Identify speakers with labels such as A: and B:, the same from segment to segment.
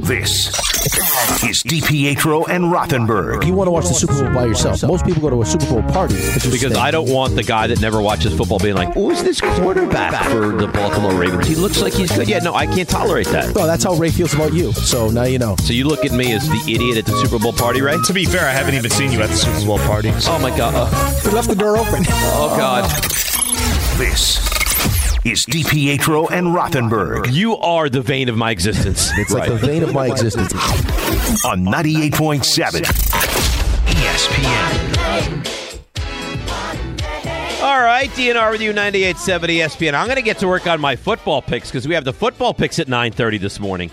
A: This is DiPietro and Rothenberg.
B: You want to watch the Super Bowl by yourself. Most people go to a Super Bowl party it's just
C: Because
B: they-
C: I don't want the guy that never watches football being like, who's this quarterback for the Baltimore Ravens? He looks like he's good. Yeah, no, I can't tolerate that.
B: Well, that's how Ray feels about you. So now you know.
C: So you look at me as the idiot at the Super Bowl party, right?
D: To be fair, I haven't even seen you at the Super Bowl party.
C: Oh my god. Oh,
B: We left the door open.
C: oh god.
A: This is DiPietro and Rothenberg
C: You are the vein of my existence.
B: It's like the vein of my existence.
A: on 98.7 ESPN.
C: All right, DNR with you, 98.7 ESPN. I'm going to get to work on my football picks because we have the football picks at 9.30 this morning.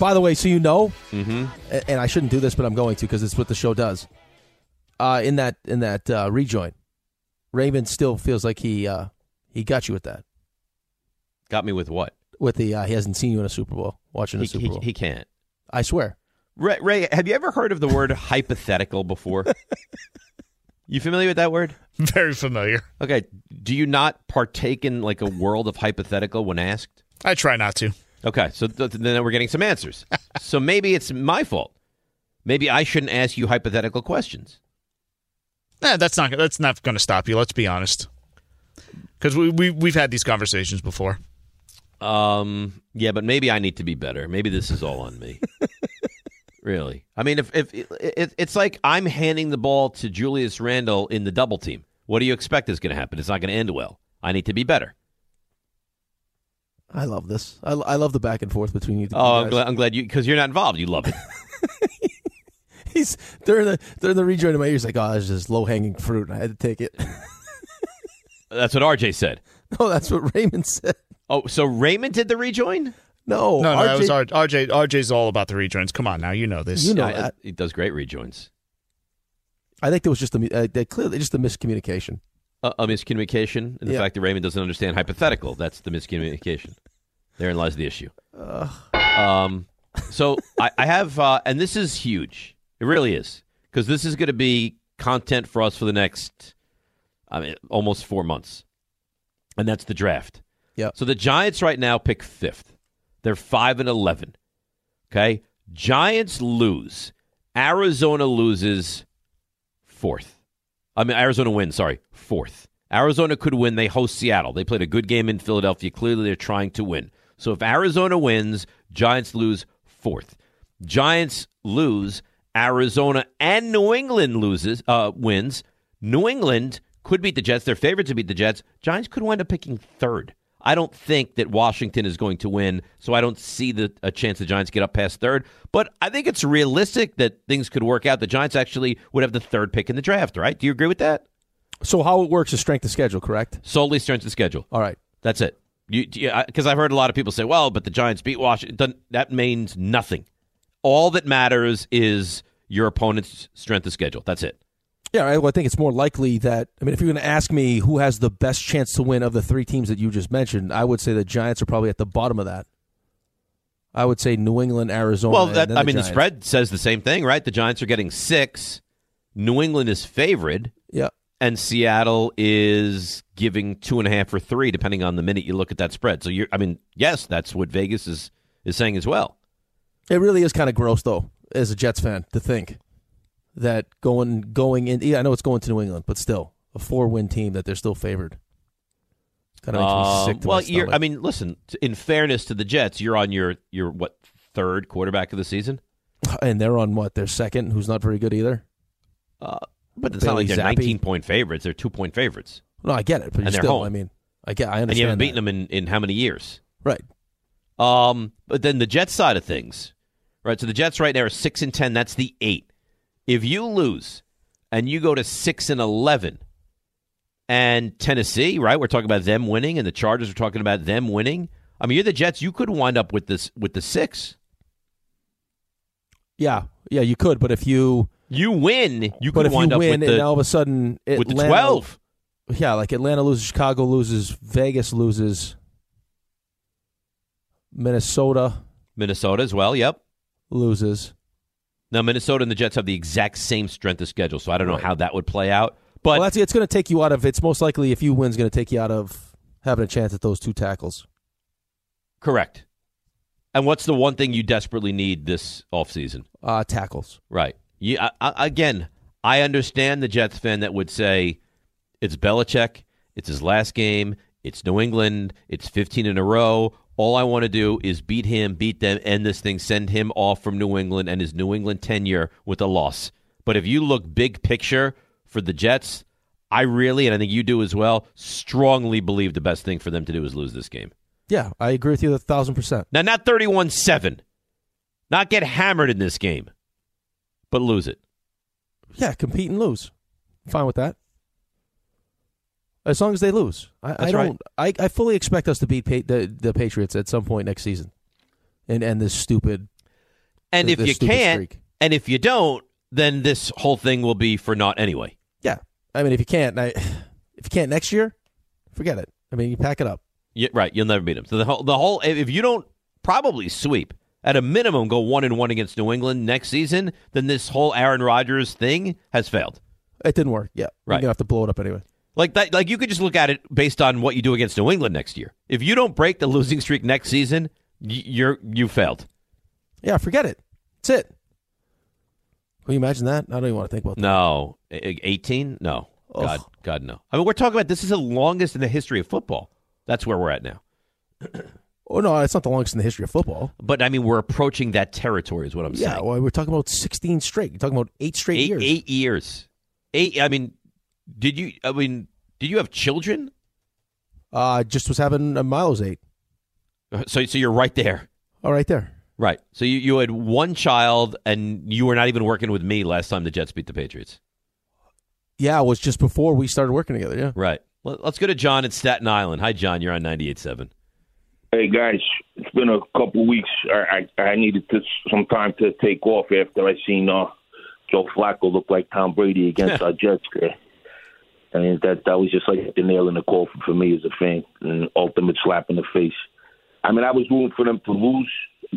B: By the way, so you know,
C: Mm-hmm.
B: a- and I shouldn't do this, but I'm going to because it's what the show does. Uh, in that in that uh, rejoin, Raymond still feels like he uh, he got you with that.
C: Got me with what?
B: With the uh, he hasn't seen you in a Super Bowl watching a
C: He,
B: Super
C: he,
B: Bowl.
C: he can't.
B: I swear.
C: Ray, Ray, have you ever heard of the word hypothetical before? you familiar with that word?
D: Very familiar.
C: Okay. Do you not partake in like a world of hypothetical when asked?
D: I try not to.
C: Okay. So th- then we're getting some answers. so maybe it's my fault. Maybe I shouldn't ask you hypothetical questions.
D: Nah, Eh, that's not that's not going to stop you. Let's be honest, because we, we we've had these conversations before.
C: Um, yeah, but maybe I need to be better. Maybe this is all on me. really. I mean, if, if it, it, it's like I'm handing the ball to Julius Randle in the double team, what do you expect is going to happen? It's not going to end well. I need to be better.
B: I love this. I, I love the back and forth between you. two
C: Oh, I'm
B: guys.
C: glad, I'm glad you because you're not involved. You love it.
B: He's during the during the rejoin in my ears like, oh, that's just low hanging fruit. I had to take it.
C: That's what RJ said.
B: no, that's what Raymond said.
C: Oh, so Raymond did the rejoin?
B: No,
D: No, no, that
B: RJ
D: was R- RJ. RJ's all about the rejoins. Come on, now you know this.
B: You know
C: Yeah,
B: that.
C: He does great rejoins.
B: I think there was just a uh, they clearly just a miscommunication.
C: A, a miscommunication, and the
B: Yeah.
C: fact that Raymond doesn't understand hypothetical. That's the miscommunication. Therein lies the issue. Um, so I, I have, uh, and this is huge. It really is because this is going to be content for us for the next, I mean, almost four months, and that's the draft.
B: Yeah.
C: So the Giants right now pick fifth. They're five and eleven. Okay. Giants lose. Arizona loses fourth. I mean, Arizona wins, sorry, fourth. Arizona could win. They host Seattle. They played a good game in Philadelphia. Clearly, they're trying to win. So if Arizona wins, Giants lose fourth. Giants lose. Arizona and New England loses uh, wins. New England could beat the Jets. They're favored to beat the Jets. Giants could wind up picking third. I don't think that Washington is going to win, so I don't see the a chance the Giants get up past third. But I think it's realistic that things could work out. The Giants actually would have the third pick in the draft, right? Do you agree with that?
B: So how it works is strength of schedule, correct?
C: Solely strength of schedule.
B: All right.
C: That's it. You because I've heard a lot of people say, "Well, but the Giants beat Washington." Doesn't- That means nothing. All that matters is your opponent's strength of schedule. That's it.
B: Yeah, I, well, I think it's more likely that I mean, if you're going to ask me who has the best chance to win of the three teams that you just mentioned, I would say the Giants are probably at the bottom of that. I would say New England, Arizona.
C: Well,
B: and
C: that
B: then
C: I mean,
B: Giants.
C: the spread says the same thing, right? The Giants are getting six. New England is favored.
B: Yeah,
C: and Seattle is giving two and a half or three, depending on the minute you look at that spread. So you're, I mean, yes, that's what Vegas is is saying as well.
B: it really is kind of gross though, as a Jets fan, to think that going going in. Yeah, I know it's going to New England, but still a four win team that they're still favored. Kind of makes
C: Um,
B: me sick to my
C: well, you're,
B: stomach.
C: I mean, listen. t- In fairness to the Jets, you're on your your what third quarterback of the season,
B: and they're on what their second, who's not very good either.
C: Uh, but it's not
B: Bailey
C: like they're
B: Zappi.
C: 19 point favorites; they're two point favorites.
B: No, I get it, but
C: And
B: you
C: they're
B: still,
C: home.
B: I mean, I get. I understand.
C: and you haven't
B: that.
C: beaten them in, in how many years?
B: Right.
C: Um, but then the Jets side of things, right? So the Jets right now are six and ten. That's the eight. If you lose and you go to six and eleven, and Tennessee, right? We're talking about them winning, and the Chargers are talking about them winning. I mean, you're the Jets. You could wind up with this with the six.
B: Yeah. Yeah. You could, but if you
C: You win, you
B: but
C: could
B: if you
C: wind up
B: win
C: with
B: and
C: the
B: all of a sudden Atlanta,
C: with the twelve.
B: Yeah, like Atlanta loses, Chicago loses, Vegas loses, Minnesota
C: Minnesota as well. Yep.
B: loses.
C: Now Minnesota and the Jets have the exact same strength of schedule, so I don't know how that would play out. But
B: well, that's it's going to take you out of. It's most likely if you win's going to take you out of having a chance at those two tackles.
C: Correct. And what's the one thing you desperately need this offseason?
B: Uh, tackles.
C: Right. You, I, I, again, I understand the Jets fan that would say it's Belichick, it's his last game, it's New England, it's 15 in a row. All I want to do is beat him, beat them, end this thing, send him off from New England and his New England tenure with a loss. But if you look big picture for the Jets, I really, and I think you do as well, strongly believe the best thing for them to do is lose this game.
B: Yeah, I agree with you a thousand percent.
C: Now, not 31 7. Not get hammered in this game, but lose it.
B: Yeah, compete and lose. Fine with that. As long as they lose, I, I
C: That's right.
B: don't. I, I fully expect us to beat pa- the the Patriots at some point next season, and end this stupid.
C: And
B: Th-
C: if
B: this
C: you
B: stupid
C: can't,
B: streak.
C: and if you don't, then this whole thing will be for naught anyway.
B: Yeah, I mean, if you can't, I, if you can't next year, forget it. I mean, you pack it up.
C: Yeah, right. You'll never beat them. So the whole, the whole, if you don't probably sweep at a minimum, go one and one against New England next season, then this whole Aaron Rodgers thing has failed.
B: It didn't work. Yeah,
C: Right.
B: You're gonna have to blow it up anyway.
C: Like that, like you could just look at it based on what you do against New England next year. If you don't break the losing streak next season, y- you're you failed.
B: Yeah, forget it. That's it. Can you imagine that? I don't even want to think about that.
C: No, E, eighteen? No,
B: Ugh.
C: God, God, no. I mean, we're talking about this is the longest in the history of football. That's where we're at now.
B: Oh no, it's not the longest in the history of football.
C: But I mean, we're approaching that territory, is what I'm
B: Yeah,
C: saying.
B: well, we're talking about 16 straight. You're talking about eight straight
C: eight
B: years.
C: eight years. Eight. I mean, did you? I mean, did you have children?
B: Uh, just was having a Milo's eight.
C: Uh, So, so you're right there.
B: All uh, right, there.
C: Right. So you, you had one child, and you were not even working with me last time the Jets beat the Patriots.
B: Yeah, it was just before we started working together. Yeah.
C: Right. Let- Let's go to John in Staten Island. Hi, John. You're on 98.7.
E: Hey guys, it's been a couple weeks. I I, I needed to, some time to take off after I seen uh, Joe Flacco look like Tom Brady against our Jets. There. And that that was just like the nail in the coffin for me as a fan, an ultimate slap in the face. I mean, I was rooting for them to lose,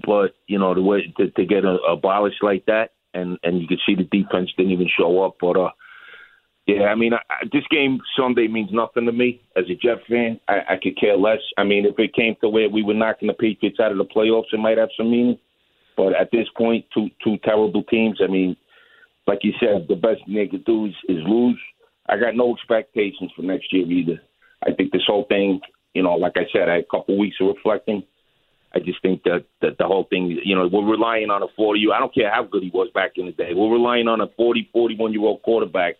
E: but you know the way to, to get uh abolished like that, and and you could see the defense didn't even show up. But uh, yeah, I mean, I, I- this game Sunday means nothing to me as a Jet fan. I, I could care less. I mean, if it came to where we were knocking the Patriots out of the playoffs, it might have some meaning. But at this point, two two terrible teams. I mean, like you said, the best thing they could do is, is lose. I got no expectations for next year either. I think this whole thing, you know, like I said, I had a couple weeks of reflecting. I just think that, that the whole thing, you know, we're relying on a 40. I don't care how good he was back in the day. We're relying on a 40, 41 year old quarterback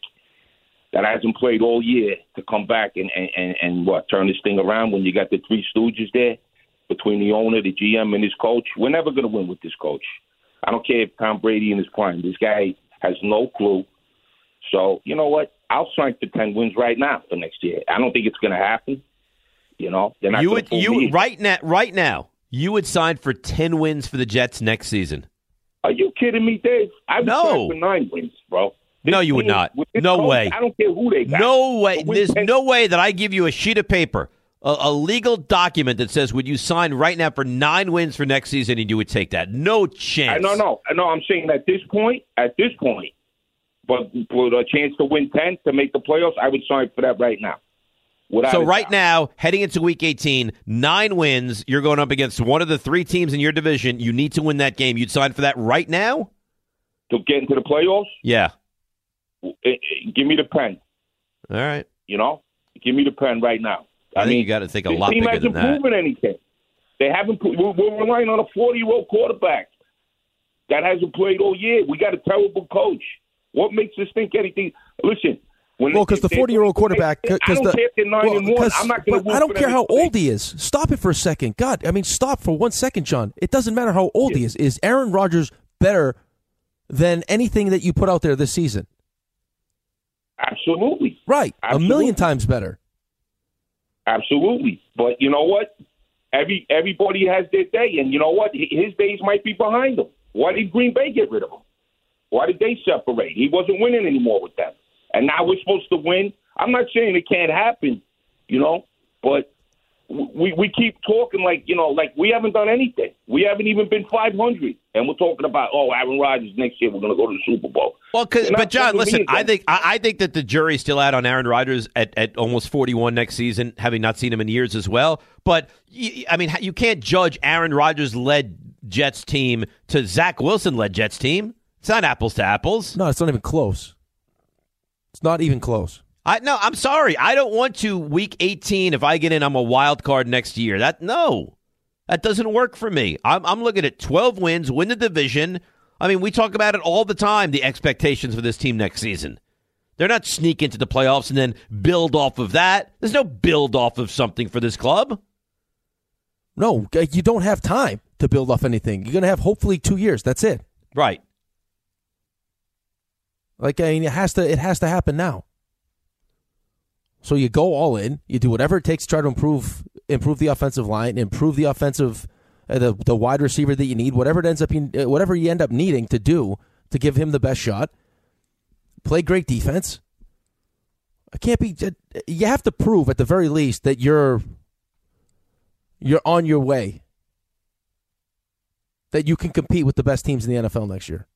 E: that hasn't played all year to come back and, and, and, and what turn this thing around when you got the three stooges there between the owner, the GM, and his coach. We're never going to win with this coach. I don't care if Tom Brady in his prime. This guy has no clue. So you know what? I'll sign for ten wins right now for next year. I don't think it's going to happen. You know, they're not
C: You
E: gonna
C: would
E: fool
C: you
E: me.
C: right now right now you would sign for ten wins for the Jets next season.
E: Are you kidding me, Dave? I would
C: No.
E: sign for nine wins, bro.
C: No, you would
E: team-
C: not.
E: with this
C: No
E: coach,
C: way.
E: I don't care who they got.
C: No way.
E: But we
C: There's
E: can't-
C: no way that I give you a sheet of paper, a, a legal document that says would you sign right now for nine wins for next season, and you would take that. No
E: I,
C: chance.
E: no, no, no. I'm saying at this point, at this point, but with a chance to win ten to make the playoffs, I would sign for that right now. Without
C: So
E: a
C: right
E: doubt.
C: now, heading into Week 18, nine wins. You're going up against one of the three teams in your division. You need to win that game. You'd sign for that right now.
E: to get into the playoffs,
C: Yeah.
E: eh, eh, give me the pen.
C: All right.
E: You know, give me the pen right now.
C: I,
E: I,
C: think
E: mean,
C: you got to think a
E: this
C: lot
E: team
C: bigger than
E: hasn't
C: that.
E: proven anything. They haven't. pro- We're, we're relying on a 40 year old quarterback that hasn't played all year. We got a terrible coach. What makes us think anything? Listen, When
B: Well, because the
E: if they-
B: 40 year old quarterback.
E: I
B: Because
E: don't
B: the,
E: care if they're nine
B: well,
E: and one.
B: 'cause-
E: I'm not going
B: but I don't care how old he is. Stop it for a second. God, I mean, stop for one second, John. It doesn't matter how old he is. Is Aaron Rodgers better than anything that you put out there this season?
E: Absolutely,
B: Right. A
E: Absolutely.
B: million times better.
E: absolutely. But you know what? Every everybody has their day, and you know what? H- His days might be behind him. Why did Green Bay get rid of him? Why did they separate? He wasn't winning anymore with them, and now we're supposed to win. I'm not saying it can't happen, you know, but w- we we keep talking like you know, like we haven't done anything. We haven't even been 500, and we're talking about oh, Aaron Rodgers next year we're going to go to the Super Bowl.
C: Well, 'cause-
E: You're not
C: but John,
E: fucking
C: listen,
E: being
C: I
E: them.
C: think I, I think that the jury's still out on Aaron Rodgers at, at almost 41 next season, having not seen him in years as well. But y- I mean, you can't judge Aaron Rodgers led Jets team to Zach Wilson led Jets team. It's not apples to apples.
B: No, it's not even close. It's not even close.
C: I no, I'm sorry. I don't want to week 18 if I get in I'm a wild card next year. That no. That doesn't work for me. I'm I'm looking at 12 wins, win the division. I mean, we talk about it all the time the expectations for this team next season. They're not sneak into the playoffs and then build off of that. There's no build off of something for this club.
B: No, g- you don't have time to build off anything. You're going to have hopefully two years. That's it.
C: Right.
B: Like I mean, it has to it has to happen now. So you go all in. You do whatever it takes to try to improve improve the offensive line, improve the offensive uh, the the wide receiver that you need, whatever it ends up you, uh, whatever you end up needing to do to give him the best shot. Play great defense. I can't be. uh, You have to prove at the very least that you're you're on your way. That you can compete with the best teams in the NFL next year.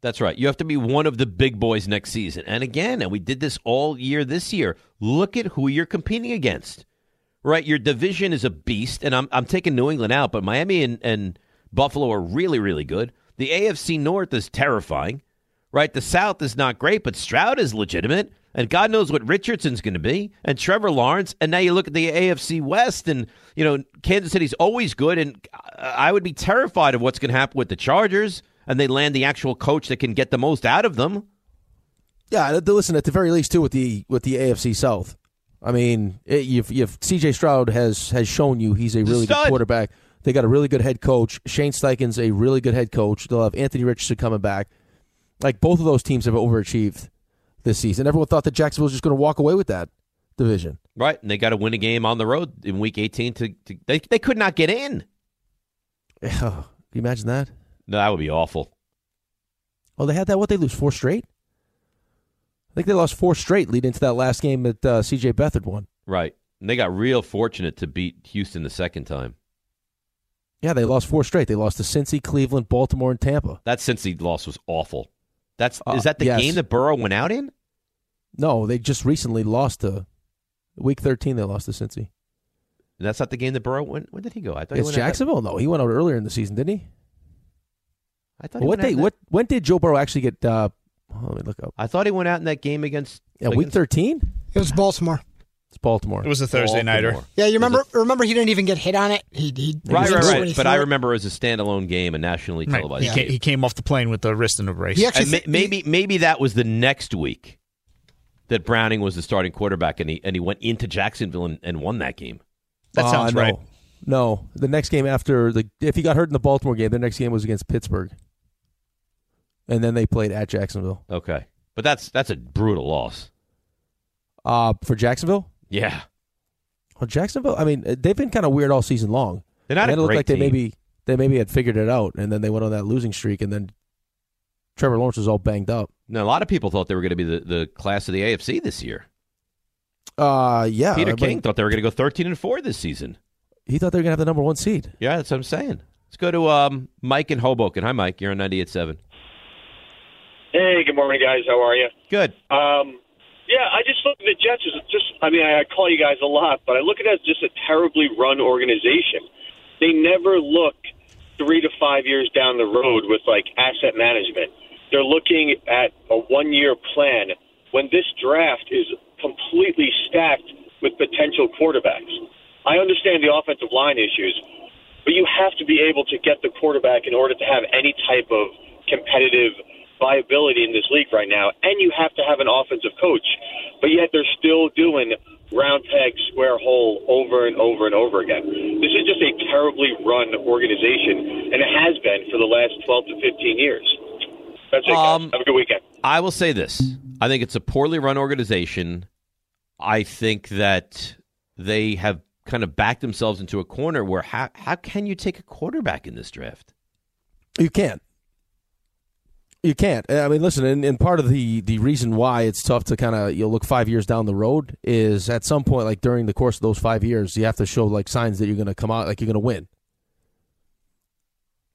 C: That's right. You have to be one of the big boys next season. And again, and we did this all year this year. Look at who you're competing against. Right? Your division is a beast, and I'm I'm taking New England out, but Miami and, and Buffalo are really, really good. The AFC North is terrifying. Right? The South is not great, but Stroud is legitimate. And God knows what Richardson's going to be, and Trevor Lawrence. And now you look at the AFC West, and you know Kansas City's always good. And I I would be terrified of what's going to happen with the Chargers, and they land the actual coach that can get the most out of them.
B: Yeah, uh, th- listen. At the very least, too, with the with the AFC South, I mean, it, you've, you've CJ Stroud has has shown you he's a really good
C: stud.
B: quarterback. They got a really good head coach. Shane Steichen's a really good head coach. They'll have Anthony Richardson coming back. Like both of those teams have overachieved this season. Everyone thought that Jacksonville was just going to walk away with that division.
C: Right, and they got to win a game on the road in Week 18. To, to they they could not get in.
B: Can you imagine that?
C: No, that would be awful.
B: Oh, they had that. What they lose four straight? I think they lost four straight leading into that last game that uh, CJ Beathard won.
C: Right, and they got real fortunate to beat Houston the second time.
B: Yeah, they lost four straight. They lost to Cincy, Cleveland, Baltimore, and Tampa.
C: That Cincy loss was awful. That's
B: Uh,
C: is that the
B: yes.
C: game that Burrow went out in?
B: No, they just recently lost to week thirteen. They lost to Cincy.
C: And that's not the game that Burrow went. When did he go? I thought he
B: It's
C: went out that-
B: Jacksonville. No, he went out earlier in the season, didn't he?
C: I thought he
B: What
C: went out
B: they
C: in that-
B: what when did Joe Burrow actually get? Uh, oh, let me look up.
C: I thought he went out in that game against.
B: Yeah, week
C: against
B: thirteen.
F: It was Baltimore.
B: It's Baltimore.
D: It was a Thursday nighter.
C: Baltimore.
F: Yeah,
C: It was
F: you
C: a-
F: remember? Remember, he didn't even get hit on it. He, he
C: Right,
F: he
C: right,
F: didn't
C: right.
F: when he
C: But
F: threw
C: I
F: it.
C: remember as a standalone game, a nationally
D: Right.
C: televised
D: He,
C: game.
D: ca- he came off the plane with the wrist in a brace.
F: He actually
C: and ma-
F: thi-
C: maybe maybe that was the next week that Browning was the starting quarterback, and he and he went into Jacksonville and, and won that game.
D: That
B: Ah,
D: sounds
B: no.
D: right.
B: No, the next game after the if he got hurt in the Baltimore game, the next game was against Pittsburgh, and then they played at Jacksonville.
C: Okay, but that's that's a brutal loss.
B: Uh for Jacksonville.
C: Yeah,
B: Well, Jacksonville. I mean, they've been kind of weird all season long.
C: they're not a
B: They had to look
C: great
B: like
C: team.
B: they maybe they maybe had figured it out, and then they went on that losing streak, and then Trevor Lawrence was all banged up.
C: Now, a lot of people thought they were going to be the, the class of the AFC this year.
B: Uh, yeah.
C: Peter
B: but
C: King thought they were going to go thirteen and four this season.
B: He thought they were gonna have the number one seed.
C: Yeah, that's what I'm saying. Let's go to um, Mike in Hoboken. Hi, Mike. You're on 98.7.
G: Hey, good morning, guys. How are you?
C: Good.
G: Um, yeah, I just look at the Jets as just, I mean, I call you guys a lot, but I look at it as just a terribly run organization. They never look three to five years down the road with, like, asset management. They're looking at a one year plan when this draft is completely stacked with potential quarterbacks. I understand the offensive line issues, but you have to be able to get the quarterback in order to have any type of competitive viability in this league right now, and you have to have an offensive coach. but yet they're still doing round peg, square hole over and over and over again. This is just a terribly run organization, and it has been for the last 12 to 15 years. That's it. guys.
C: Um,
G: Have a good weekend.
C: I will say this. I think it's a poorly run organization. I think that they have kind of backed themselves into a corner where how, how can you take a quarterback in this draft?
B: You can't. You can't. I mean, listen, and, and part of the, the reason why it's tough to kind of you know, look five years down the road is at some point, like during the course of those five years, you have to show like signs that you're going to come out, like you're going to win.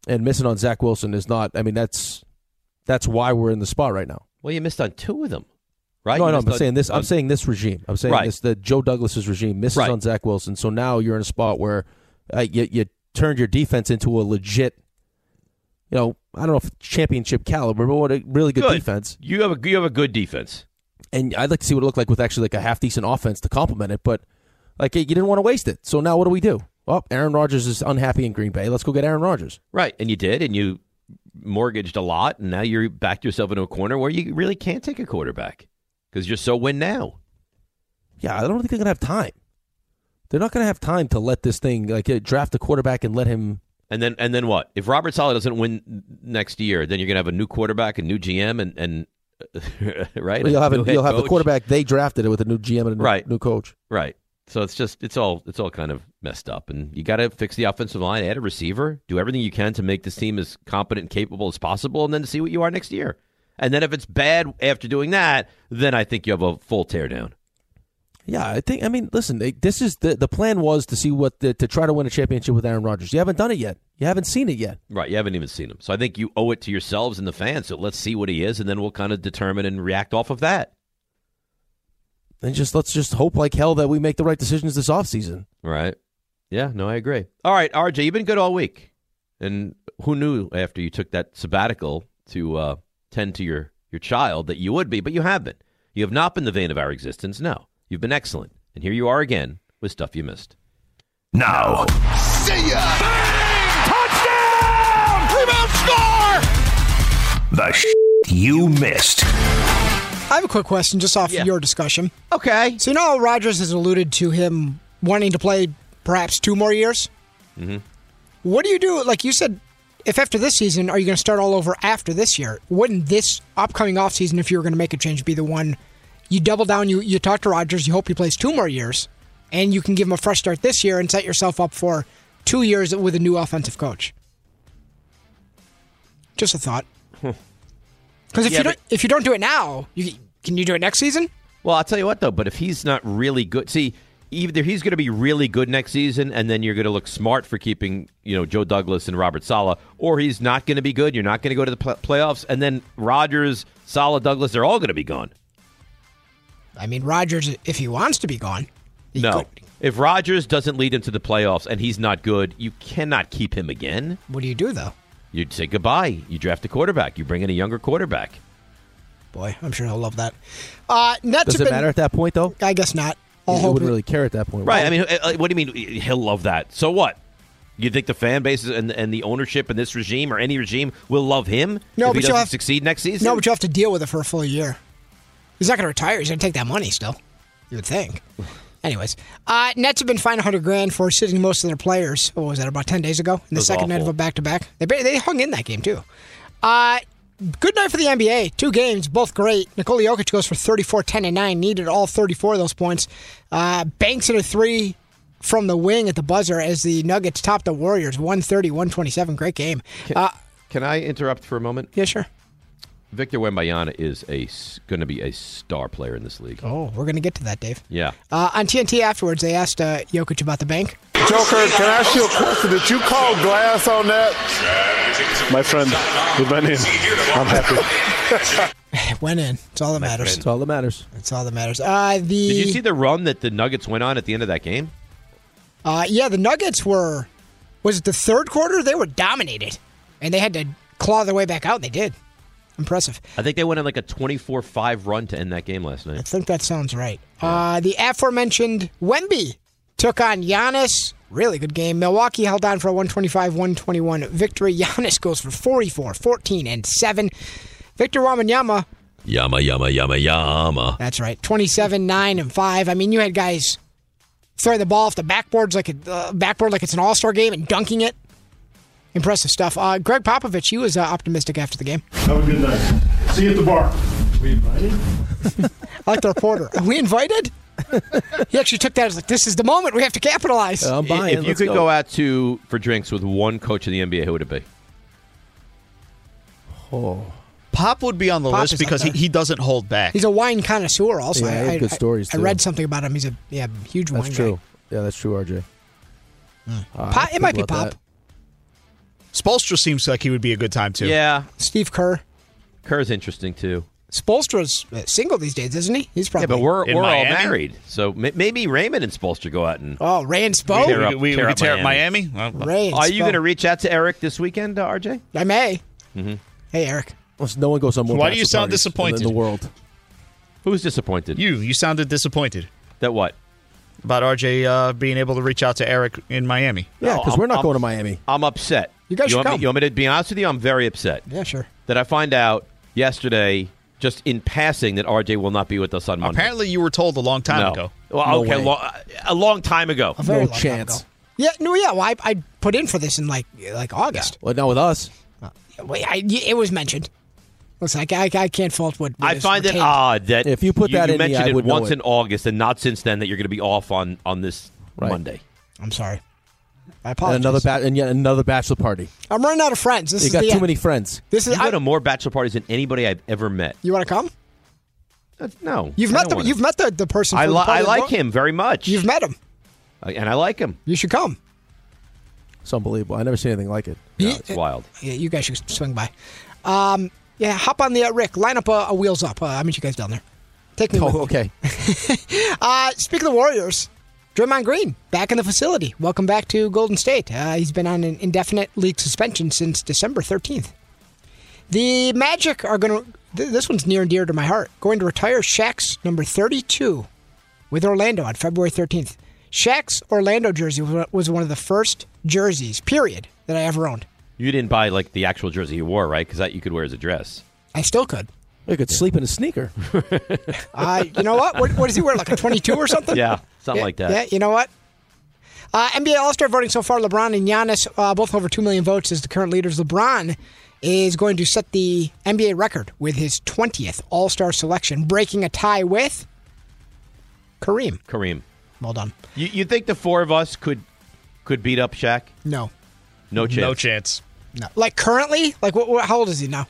B: And missing on Zach Wilson is not. I mean, that's that's why we're in the spot right now.
C: Well, you missed on two of them, right?
B: No,
C: You
B: no,
C: missed
B: I'm
C: on-
B: saying this. I'm
C: on-
B: saying this regime. I'm saying
C: Right.
B: this. The Joe Douglas's regime misses
C: Right.
B: on Zach Wilson. So now you're in a spot where uh, you you turned your defense into a legit, you know, I don't know if championship caliber, but what a really good,
C: Good.
B: defense.
C: You have a you have a good defense.
B: And I'd like to see what it looked like with actually like a half decent offense to complement it. But like you didn't want to waste it. So now what do we do? Well, Aaron Rodgers is unhappy in Green Bay. Let's go get Aaron Rodgers.
C: Right, and you did, and you mortgaged a lot, and now you're backed yourself into a corner where you really can't take a quarterback because you're so win now.
B: Yeah, I don't think they're gonna have time. They're not gonna have time to let this thing like uh, draft a quarterback and let him
C: And then and then what? If Robert Sala doesn't win next year, then you're gonna have a new quarterback, a new GM, and and right.
B: Well, you'll have
C: New
B: a,
C: head
B: you'll have the
C: coach.
B: quarterback they drafted it with a new GM and a new,
C: Right.
B: new coach.
C: Right. So it's just it's all it's all kind of messed up, and you got to fix the offensive line, add a receiver, do everything you can to make this team as competent and capable as possible, and then to see what you are next year. And then if it's bad after doing that, then I think you have a full teardown.
B: Yeah, I think. I mean, listen, they, this is the the plan was to see what the, to try to win a championship with Aaron Rodgers. You haven't done it yet. You haven't seen it yet.
C: Right. You haven't even seen him, so I think you owe it to yourselves and the fans. So let's see what he is, and then we'll kind of determine and react off of that.
B: And just let's just hope like hell that we make the right decisions this offseason.
C: Right. Yeah, no, I agree. All right, RJ, you've been good all week. And who knew after you took that sabbatical to uh, tend to your, your child that you would be, but you have been. You have not been the vein of our existence, no. You've been excellent. And here you are again with stuff you missed.
A: Now, the sh- you missed.
F: I have a quick question just off
C: Yeah.
F: your discussion.
C: Okay.
F: So you know how Rodgers has alluded to him wanting to play perhaps two more years? Mm-hmm. What do you do? Like you said, if after this season, are you going to start all over after this year? Wouldn't this upcoming offseason, if you were going to make a change, be the one you double down, you, you talk to Rodgers, you hope he plays two more years, and you can give him a fresh start this year and set yourself up for two years with a new offensive coach? Just a thought. Because if,
C: Hmm. Yeah,
F: you
C: but-
F: don't if you don't do it now, you, can you do it next season?
C: Well, I'll tell you what, though, but if he's not really good, see, either he's going to be really good next season, and then you're going to look smart for keeping, you know, Joe Douglas and Robert Sala, or he's not going to be good. You're not going to go to the pl- playoffs, and then Rodgers, Sala, Douglas, they're all going to be gone.
F: I mean, Rodgers, if he wants to be gone, he
C: No.
F: could-
C: If Rodgers doesn't lead him to the playoffs and he's not good, you cannot keep him again.
F: what do you do though?
C: You'd say goodbye. You draft a quarterback. You bring in a younger quarterback.
F: Boy, I'm sure he'll love that. Uh, Nets
B: Does
F: have
B: it
F: been-
B: matter at that point though?
F: I guess not. I'll
B: You
F: hope
B: wouldn't
F: it-
B: really care at that point,
C: Right. I mean, uh, uh, what do you mean he'll love that? So what? You think the fan base and, and the ownership in this regime or any regime will love him
F: No,
C: if he
F: but you'll
C: doesn't
F: have-
C: succeed next season?
F: No, but you'll have to deal with it for a full year. He's not going to retire. He's going to take that money still. You would think. Anyways, uh, Nets have been fined 100 grand for sitting most of their players. What was that? About 10 days ago, in the
C: was
F: second night of
C: awful.
F: a back-to-back. They ba- they hung in that game too. Uh, good night for the NBA. Two games, both great. Nikola Jokic goes for 34, 10, and 9. Needed all 34 of those points. Uh, banks in a three from the wing at the buzzer as the Nuggets top the Warriors 130, 127. Great game. Uh,
C: Can I interrupt for a moment?
F: yeah, sure.
C: Victor Wembayana is a going to be a star player in this league.
F: Oh, we're going to get to that, Dave.
C: Yeah.
F: Uh, on TNT afterwards, they asked uh, Jokic about the bank.
H: Joker, can I ask you a question? Did you call glass on that? My friend, with my name. I'm happy.
F: It went in. It's all that matters.
B: That's all that matters.
F: It's all that matters. Uh, the
C: Did you see the run that the Nuggets went on at the end of that game?
F: uh, yeah, the Nuggets were. Was it the third quarter? They were dominated, and they had to claw their way back out. and They did. Impressive.
C: I think they went on like a 24-5 run to end that game last night.
F: I think that sounds right. Uh, the aforementioned Wemby took on Giannis. Really good game. Milwaukee held on for a 125 121 victory. Giannis goes for 44, 14, and 7. Victor Wamanyama
C: Yama, yama, yama, yama.
F: That's right. 27, 9, and 5. I mean, you had guys throwing the ball off the backboards like a uh, backboard like it's an all star game and dunking it. Impressive stuff. Uh, Greg Popovich, he was uh, optimistic after the game.
I: Have a good night. See you at the bar. We invited?
F: I like the reporter. Are we invited? he actually took that as like, this is the moment. We have to capitalize.
C: If you could go. out to for drinks with one coach in the NBA, who would it be?
B: Oh.
D: Pop would be on the
F: Pop
D: list
F: is up
D: because he,
F: there.
D: he doesn't hold back. Hmm.
F: He's a wine connoisseur, also.
B: Yeah, he had
F: I,
B: good
F: I-
B: stories,
F: I
B: too.
F: read something about him. He's a yeah huge
B: That's
F: wine
B: true.
F: guy.
B: Yeah, that's true, RJ.
D: Ah,
B: Uh,
F: Pop-
B: think
F: it might be
B: about
F: Pop.
B: that.
D: Spolstra seems like he would be a good time too.
C: Yeah,
F: Steve Kerr.
C: Kerr's interesting too.
F: Spolstra's uh, single these days, isn't he? He's probably.
C: Yeah, but we're
D: In
C: we're
D: Miami?
C: all married, so ma- maybe Raymond and Spolster go out and.
F: Oh, Ray and
D: We,
F: Spo.
C: Tear
D: we-
C: up-
D: we-
C: tear
D: we
C: up
D: tear up
C: Miami.
D: Miami. Well,
F: Ray and
C: Are you
F: Spo.
C: going to reach out to Eric this weekend, uh, RJ?
F: I may.
C: mm-hmm.
F: Hey, Eric.
B: Well, no one goes on more
D: Why do
B: bachelor
D: you sound
B: parties
D: disappointed?
B: In the world.
C: Who's disappointed?
D: You you sounded disappointed
C: That what?
D: about RJ uh, being able to reach out to Eric in Miami.
B: Yeah,
C: No,
B: because
C: I'm-
B: we're not
C: I'm-
B: going to Miami.
C: I'm upset.
F: You guys should
C: want me-
F: come.
C: you want me to be honest with you? I'm very upset
F: Yeah, sure.
C: that I find out yesterday, just in passing, that RJ will not be with us on Monday.
D: Apparently, you were told a long time
C: no.
D: ago.
C: Well,
B: No
C: okay,
B: way.
C: lo- a long time ago.
F: A very
B: No
F: long time
B: chance.
F: ago. Yeah, no, yeah. Well, I, I put in for this in like like August.
B: Well, not with us.
F: Wait, I, it was mentioned. Listen, I, I, I can't fault what, what
C: I
F: is
C: find it
F: retained.
C: odd that
B: If you put that
C: you
B: in me,
C: mentioned
B: I
C: it
B: would know
C: once
B: it.
C: in August and not since then that you're going to be off on on this
B: Right.
C: Monday.
F: I'm sorry. I
B: And
F: apologize.
B: another ba- and yet another bachelor party.
F: I'm running out of friends. This
B: You
F: is
B: got
F: the
B: too
F: end.
B: many friends.
F: This
C: You
F: is.
C: go
F: I,
C: to more bachelor parties than anybody I've ever met.
F: you want to come?
C: That's- Uh, No,
F: You've
C: I
F: met
C: don't
F: the
C: wanna-
F: you've met the, the person.
C: I,
F: for the
C: li-
F: party
C: I
F: that
C: like
F: wrote-
C: him very much,
F: You've met him.
C: I- and I like him.
F: You should come.
B: It's unbelievable. I never seen anything like it.
C: No,
F: Yeah.
C: it's wild.
F: Yeah, you guys should swing by. Um, yeah, hop on the uh, Rick. Line up a, a wheels up. Uh, I meet you guys down there. Take me. with
B: Oh,
F: you.
B: okay.
F: Uh, speaking of the Warriors, Draymond Green back in the facility. Welcome back to Golden State. Uh, he's been on an indefinite league suspension since December 13th. The Magic are going to. Th- this one's near and dear to my heart. Going to retire Shaq's number 32 with Orlando on February 13th. Shaq's Orlando jersey wa- was one of the first jerseys, period, that I ever owned.
C: You didn't buy like the actual jersey he wore, right? Because that you could wear as a dress.
F: I still could.
B: You could sleep in a sneaker.
F: Uh, you know what? what? What does he wear? Like a 22 or something?
C: Yeah, something
F: Yeah,
C: like that.
F: Yeah, you know what? Uh, NBA All Star voting so far, LeBron and Giannis, uh, both over 2 million votes as the current leaders. LeBron is going to set the NBA record with his 20th All Star selection, breaking a tie with Kareem.
C: Kareem,
F: Well done.
C: you, you think the four of us could could beat up Shaq?
F: No,
C: No chance.
D: No chance.
F: no. Like currently, like what, what, how old is he now?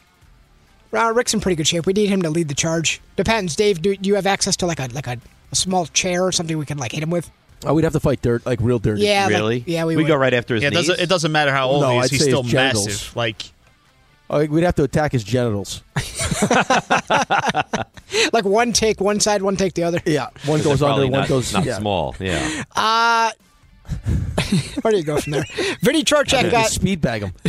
F: Uh, Rick's in pretty good shape. We need him to lead the charge. Depends, Dave. Do, do you have access to like a like a, a small chair or something we can like hit him with?
B: Oh, we'd have to fight dirt, like real dirty.
F: Yeah, like-
C: Really?
F: yeah, we
C: go
F: would.
C: right after his
D: Yeah, it
C: knees.
D: doesn't, it doesn't matter how old
B: No,
D: he is.
B: I'd
D: he's
B: say
D: still
B: his genitals.
D: massive. Like
B: Oh, we'd have to attack his genitals.
F: Like one take one side, one take the other.
B: Yeah, one
C: They're
B: goes under,
C: probably
B: one
C: not,
B: goes
C: not
B: yeah.
C: small. Yeah,
F: Uh, Where do you go from there? Vinny Trocheck
B: Just
F: got
B: Speed bag him.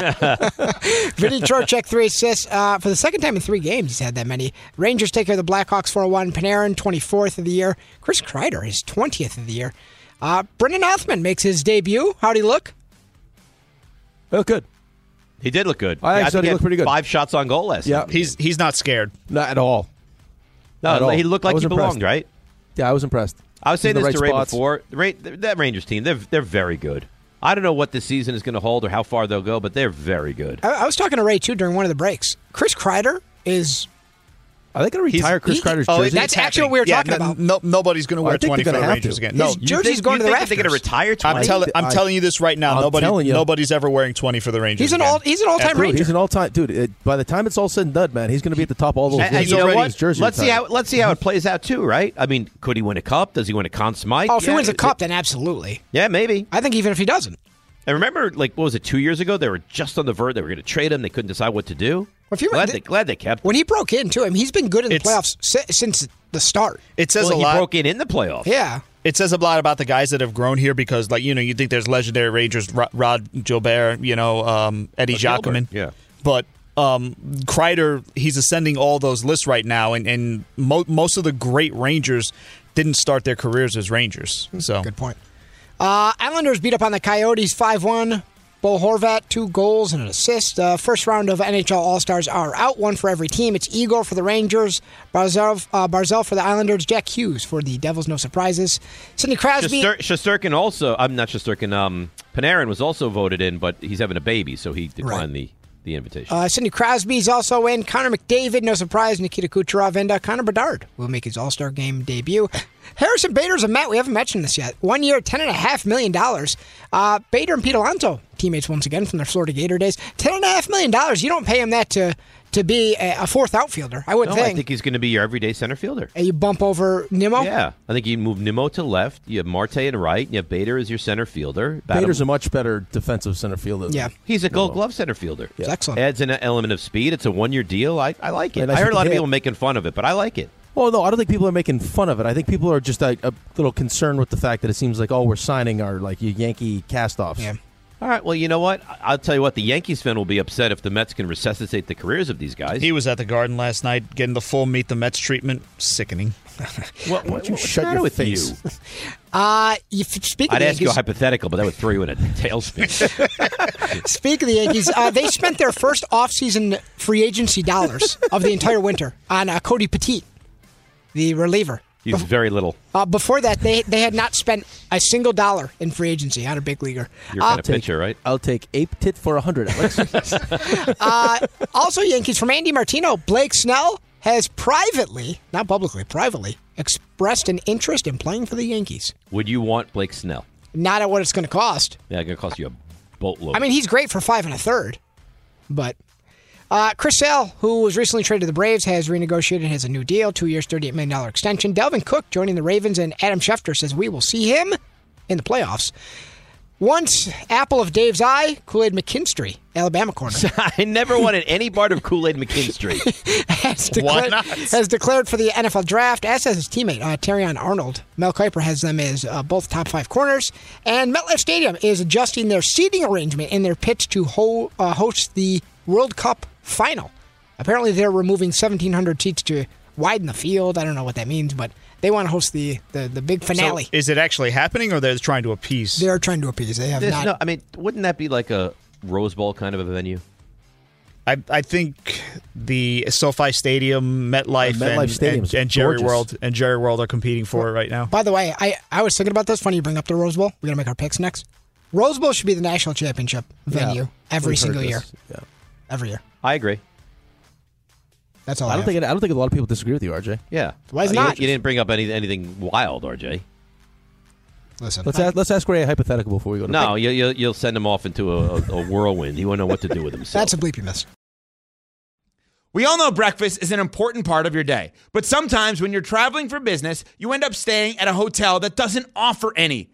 F: Vinny Trocheck three assists uh, for the second time in three games. He's had that many. Rangers take care of the Blackhawks four one. Panarin twenty fourth of the year. Chris Kreider his twentieth of the year. Uh, Brendan Othman makes his debut. How'd he look?
B: Oh, good.
C: he did look good.
B: I
C: Yeah, think
B: actually thought he
C: had
B: looked pretty good.
C: Five shots on goal last.
B: Yeah.
C: night.
D: he's he's not scared.
B: Not at all.
C: no,
B: At all.
C: he looked
B: I
C: like
B: was
C: he belonged,
B: impressed.
C: right?
B: Yeah, I was impressed.
C: I was saying
B: In
C: this
B: the
C: to
B: right
C: Ray
B: spots.
C: before. The Ray, that Rangers team, they're they're very good. I don't know what this season is going to hold or how far they'll go, but they're very good.
F: I, I was talking to Ray too during one of the breaks. Chris Kreider is
B: Are they going to retire Chris
F: he-
B: Kreider's
F: oh,
B: jersey? Oh,
F: that's actually what we were
D: Yeah,
F: talking
D: no-
F: about.
D: No, nobody's going to
B: I
D: wear
B: think they're
D: twenty for the
B: gonna have
D: Rangers
B: to.
D: again.
F: His
D: No,
C: You
F: jersey's
C: think-
F: going
C: you
F: to the
C: think that They're going to
F: rafters.
C: retire
D: I'm
C: twenty.
D: telling I'm
B: I-
D: telling you this right
B: I'm
D: now.
B: telling
D: Nobody
B: you.
D: nobody's ever wearing twenty for the Rangers.
F: He's an
D: again.
F: all he's an all time
D: Ever.
B: Dude,
F: Ranger.
B: he's an all-time dude. It, by the time it's all said and done, man, he's going to be at the top of all those.
C: And, and
B: leagues.
C: you know
D: already-
C: what?
B: His jersey
C: Let's see
B: retired.
C: how let's see how it plays out too, right? I mean, could he win a cup? Does he win a Conn Smythe?
F: oh, if he
C: Yeah,
F: wins a
C: it-
F: cup, then absolutely.
C: yeah, maybe.
F: I think even if he doesn't,
C: And remember, like what was it? Two years ago, they were just on the verge. They were going to trade him. They couldn't decide what to do.
F: Well, if you-
C: glad, they, glad they kept. him.
F: when he broke into him, he's been good in the
D: It's-
F: playoffs si- since the start.
D: It says
C: Well,
D: a
C: he
D: lot.
C: broke in in the playoffs.
F: Yeah.
D: it says a lot about the guys that have grown here because, like, you know, you think there's legendary Rangers, Ro- Rod Gilbert, you know, um, Eddie
C: Gilbert,
D: Jacquemin.
C: yeah.
D: But um, Kreider, he's ascending all those lists right now, and, and mo- most of the great Rangers didn't start their careers as Rangers. So
F: Good point. Uh, Islanders beat up on the Coyotes 5 1. Bo Horvat, two goals and an assist. Uh, first round of NHL All Stars are out, one for every team. It's Igor for the Rangers, Barzell, uh, Barzell for the Islanders, Jack Hughes for the Devils, no surprises. Sidney Crosby.
C: Shester- Shesterkin also. I'm not Shesterkin. Um, Panarin was also voted in, but he's having a baby, so he declined the the invitation.
F: Uh, Sidney Crosby's also in. Connor McDavid, no surprise. Nikita Kucherov and uh, Connor Bedard will make his All Star game debut. Harrison Bader's a Met. We haven't mentioned this yet. One year, ten and a half million dollars. Uh, Bader and Pete Alonso, teammates once again from their Florida Gator days. Ten and a half million dollars. You don't pay him that to to be a, a fourth outfielder. I would
C: no,
F: think.
C: I think he's going to be your everyday center fielder.
F: Uh, you bump over Nimmo.
C: Yeah, I think you move Nimmo to left. You have Marte to right. You have Bader as your center fielder. Bat him-
B: Bader's a much better defensive center fielder. than-
F: Yeah.
C: He's a Gold Glove center fielder.
F: It's excellent.
C: Adds an element of speed. It's a one-year deal. I, I like it.
B: And I
C: I heard
B: think
C: a lot of
B: they-
C: people making fun of it, but I like it.
B: Well, no, I don't think people are making fun of it. I think people are just like, a little concerned with the fact that it seems like all we're signing are like Yankee castoffs.
F: Yeah.
C: All right. Well, you know what? I- I'll tell you what. The Yankees fan will be upset if the Mets can resuscitate the careers of these guys.
D: He was at the Garden last night getting the full meet the Mets treatment. Sickening.
C: What, what,
B: you
C: what's the
B: shut
C: matter
B: your
C: with
B: face?
C: you?
F: Uh, you, speaking
C: I'd
F: of
C: ask you a
F: Yankees-
C: hypothetical, but that would throw you in a tailspin.
F: Speak of the Yankees, uh, they spent their first offseason free agency dollars of the entire winter on uh, Cody Petit, the reliever.
C: He's very little.
F: Uh, before that, they they had not spent a single dollar in free agency on a big leaguer.
C: You're
F: Uh,
C: kind of pitcher, right?
B: I'll take ape tit for a hundred. Alex.
F: uh, also, Yankees from Andy Martino, Blake Snell has privately, not publicly, privately expressed an interest in playing for the Yankees.
C: Would you want Blake Snell?
F: Not at what it's going to cost.
C: Yeah, going to cost you a boatload.
F: I mean, he's great for five and a third, but uh, Chris Sale, who was recently traded to the Braves, has renegotiated his new deal, two years, thirty-eight million dollar extension. Delvin Cook joining the Ravens, and Adam Schefter says we will see him in the playoffs. Once apple of Dave's eye, Kool Aid McKinstry, Alabama corner,
C: I never wanted any part of Kool Aid McKinstry.
F: has, declared,
D: not?
F: has declared for the NFL draft, as has his teammate uh, Terrion Arnold. Mel Kiper has them as uh, both top five corners, and MetLife Stadium is adjusting their seating arrangement in their pitch to ho- uh, host the World Cup final. Apparently, they're removing 1,700 seats to widen the field. I don't know what that means, but they want to host the the, the big
D: So
F: finale.
D: is it actually happening or they're trying to appease?
F: they're trying to appease. They have
C: There's
F: not.
C: no, I mean, wouldn't that be like a Rose Bowl kind of a venue?
D: I, I think the SoFi Stadium, MetLife,
B: Uh, MetLife
D: and,
B: Stadium's
D: and, and Jerry
B: gorgeous.
D: World and Jerry World are competing for it right now.
F: By the way, I, I was thinking about this. Funny you bring up the Rose Bowl. We're gonna make our picks next. Rose Bowl should be the national championship venue
B: Yeah.
F: every
B: We've heard
F: single
B: this.
F: year.
B: Yeah.
F: Every year.
C: I agree.
F: That's all I,
B: I don't
F: have.
B: think I don't think a lot of people disagree with you, RJ.
C: Yeah. Uh,
F: Why is
C: you,
F: not?
C: You didn't bring up any, anything wild, RJ.
F: Listen,
B: Let's ask, let's ask Ray a hypothetical before we go. to
C: No, you, you, you'll send him off into a, a whirlwind. He won't know what to do with himself.
F: that's a bleep you missed.
J: We all know breakfast is an important part of your day, but sometimes when you're traveling for business, you end up staying at a hotel that doesn't offer any.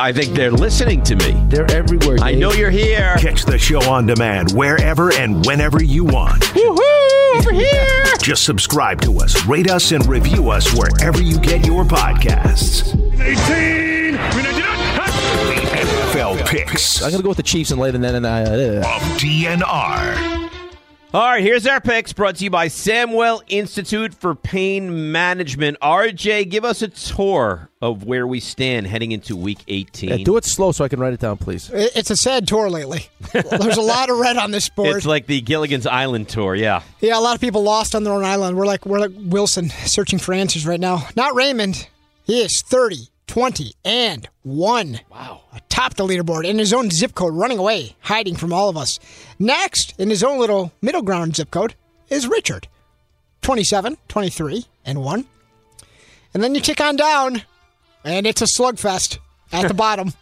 C: I think they're listening to me.
B: They're everywhere.
C: I know you're here.
A: Catch the show on demand wherever and whenever you want.
K: Woohoo! Over here!
A: Just subscribe to us, rate us, and review us wherever you get your podcasts.
I: 18!
A: NFL picks.
B: I'm gonna go with the Chiefs and lay the net and uh, uh,
A: DNR.
C: All right, here's our picks brought to you by Samwell Institute for Pain Management. RJ, give us a tour of where we stand heading into week 18.
B: yeah, do it slow so I can write it down, please.
F: It- It's a sad tour lately. There's a lot of red on this board.
C: It's like the Gilligan's Island tour, yeah.
F: yeah, a lot of people lost on their own island. We're like we're like Wilson searching for answers right now. Not Raymond. He is 30, 20, and 1. Wow. Atop the leaderboard in his own zip code, running away, hiding from all of us. Next, in his own little middle ground zip code, is Richard. 27, 23, and 1. And then you tick on down, and it's a slugfest at the bottom.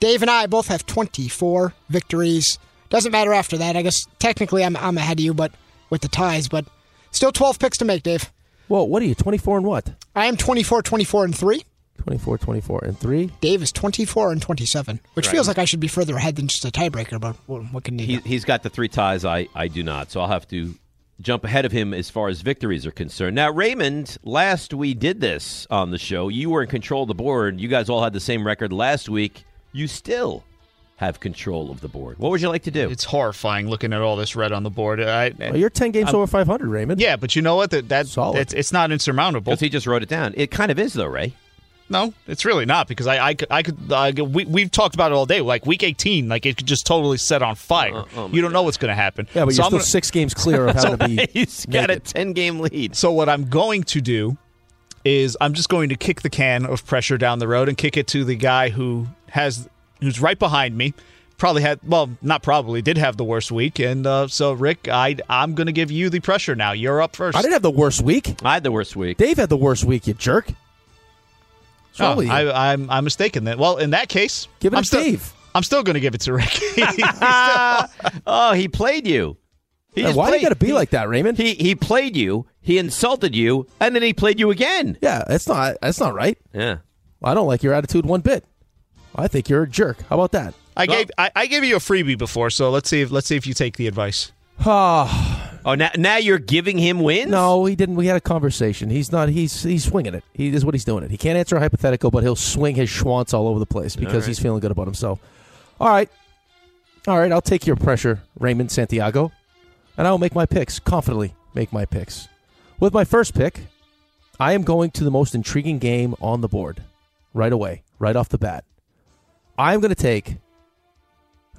F: Dave and I both have 24 victories. Doesn't matter after that. I guess technically I'm, I'm ahead of you, but with the ties, but still 12 picks to make, Dave.
B: Whoa, what are you? 24 and what?
F: I am 24, 24, and 3.
B: 24, 24, and three.
F: Dave is 24 and 27, which
C: Right.
F: feels like I should be further ahead than just a tiebreaker, but what, what can you
C: He, he's got the three ties. I, I do not, so I'll have to jump ahead of him as far as victories are concerned. Now, Raymond, last we did this on the show, you were in control of the board. You guys all had the same record last week. You still have control of the board. What would you like to do?
D: It's horrifying looking at all this red on the board. I,
B: you're 10 games
D: I'm-
B: over 500, Raymond.
D: Yeah, but you know what? That, that
B: Solid.
D: It's, it's not insurmountable.
C: Because he just wrote it down. It kind of is, though, Ray.
D: No, it's really not because I I could, I could I could- we we've talked about it all day. Like week 18, like it could just totally set on fire.
C: Uh, oh,
D: you don't know what's going to happen.
B: Yeah, but
D: So
B: you're
D: I'm
B: still
D: gonna-
B: six games clear of how to be.
C: He's got a 10 game lead.
D: So what I'm going to do is I'm just going to kick the can of pressure down the road and kick it to the guy who has who's right behind me. Probably had well, not probably did have the worst week, and uh, so Rick, I I'm going to give you the pressure now. You're up first.
B: I didn't have the worst week.
C: I had the worst week.
B: Dave had the worst week, you jerk. What's wrong
D: Oh,
B: with you?
D: I, I'm I'm mistaken then. Well, in that case,
B: Give it
D: I'm
B: to
D: still,
B: Dave.
D: I'm still going to give it to Rick.
C: oh, he played you. He
B: Yeah,
C: just
B: why do you
C: played-
B: gotta be
C: he-
B: like that, Raymond?
C: He he played you. He insulted you, and then he played you again.
B: Yeah, that's not that's not right.
C: Yeah.
B: I don't like your attitude one bit. I think you're a jerk. How about that?
D: I gave I, I gave you a freebie before, so let's see if let's see if you take the advice.
B: Ah,
C: Oh, now, now you're giving him wins.
B: no, he didn't. We had a conversation. He's not. He's he's swinging it. He is what he's doing. It. He can't answer a hypothetical, but he'll swing his schwants all over the place because
C: right.
B: he's feeling good about himself. All right, all right. I'll take your pressure, Raymond Santiago, and I will make my picks confidently. Make my picks. With my first pick, I am going to the most intriguing game on the board right away, right off the bat. I'm going to take.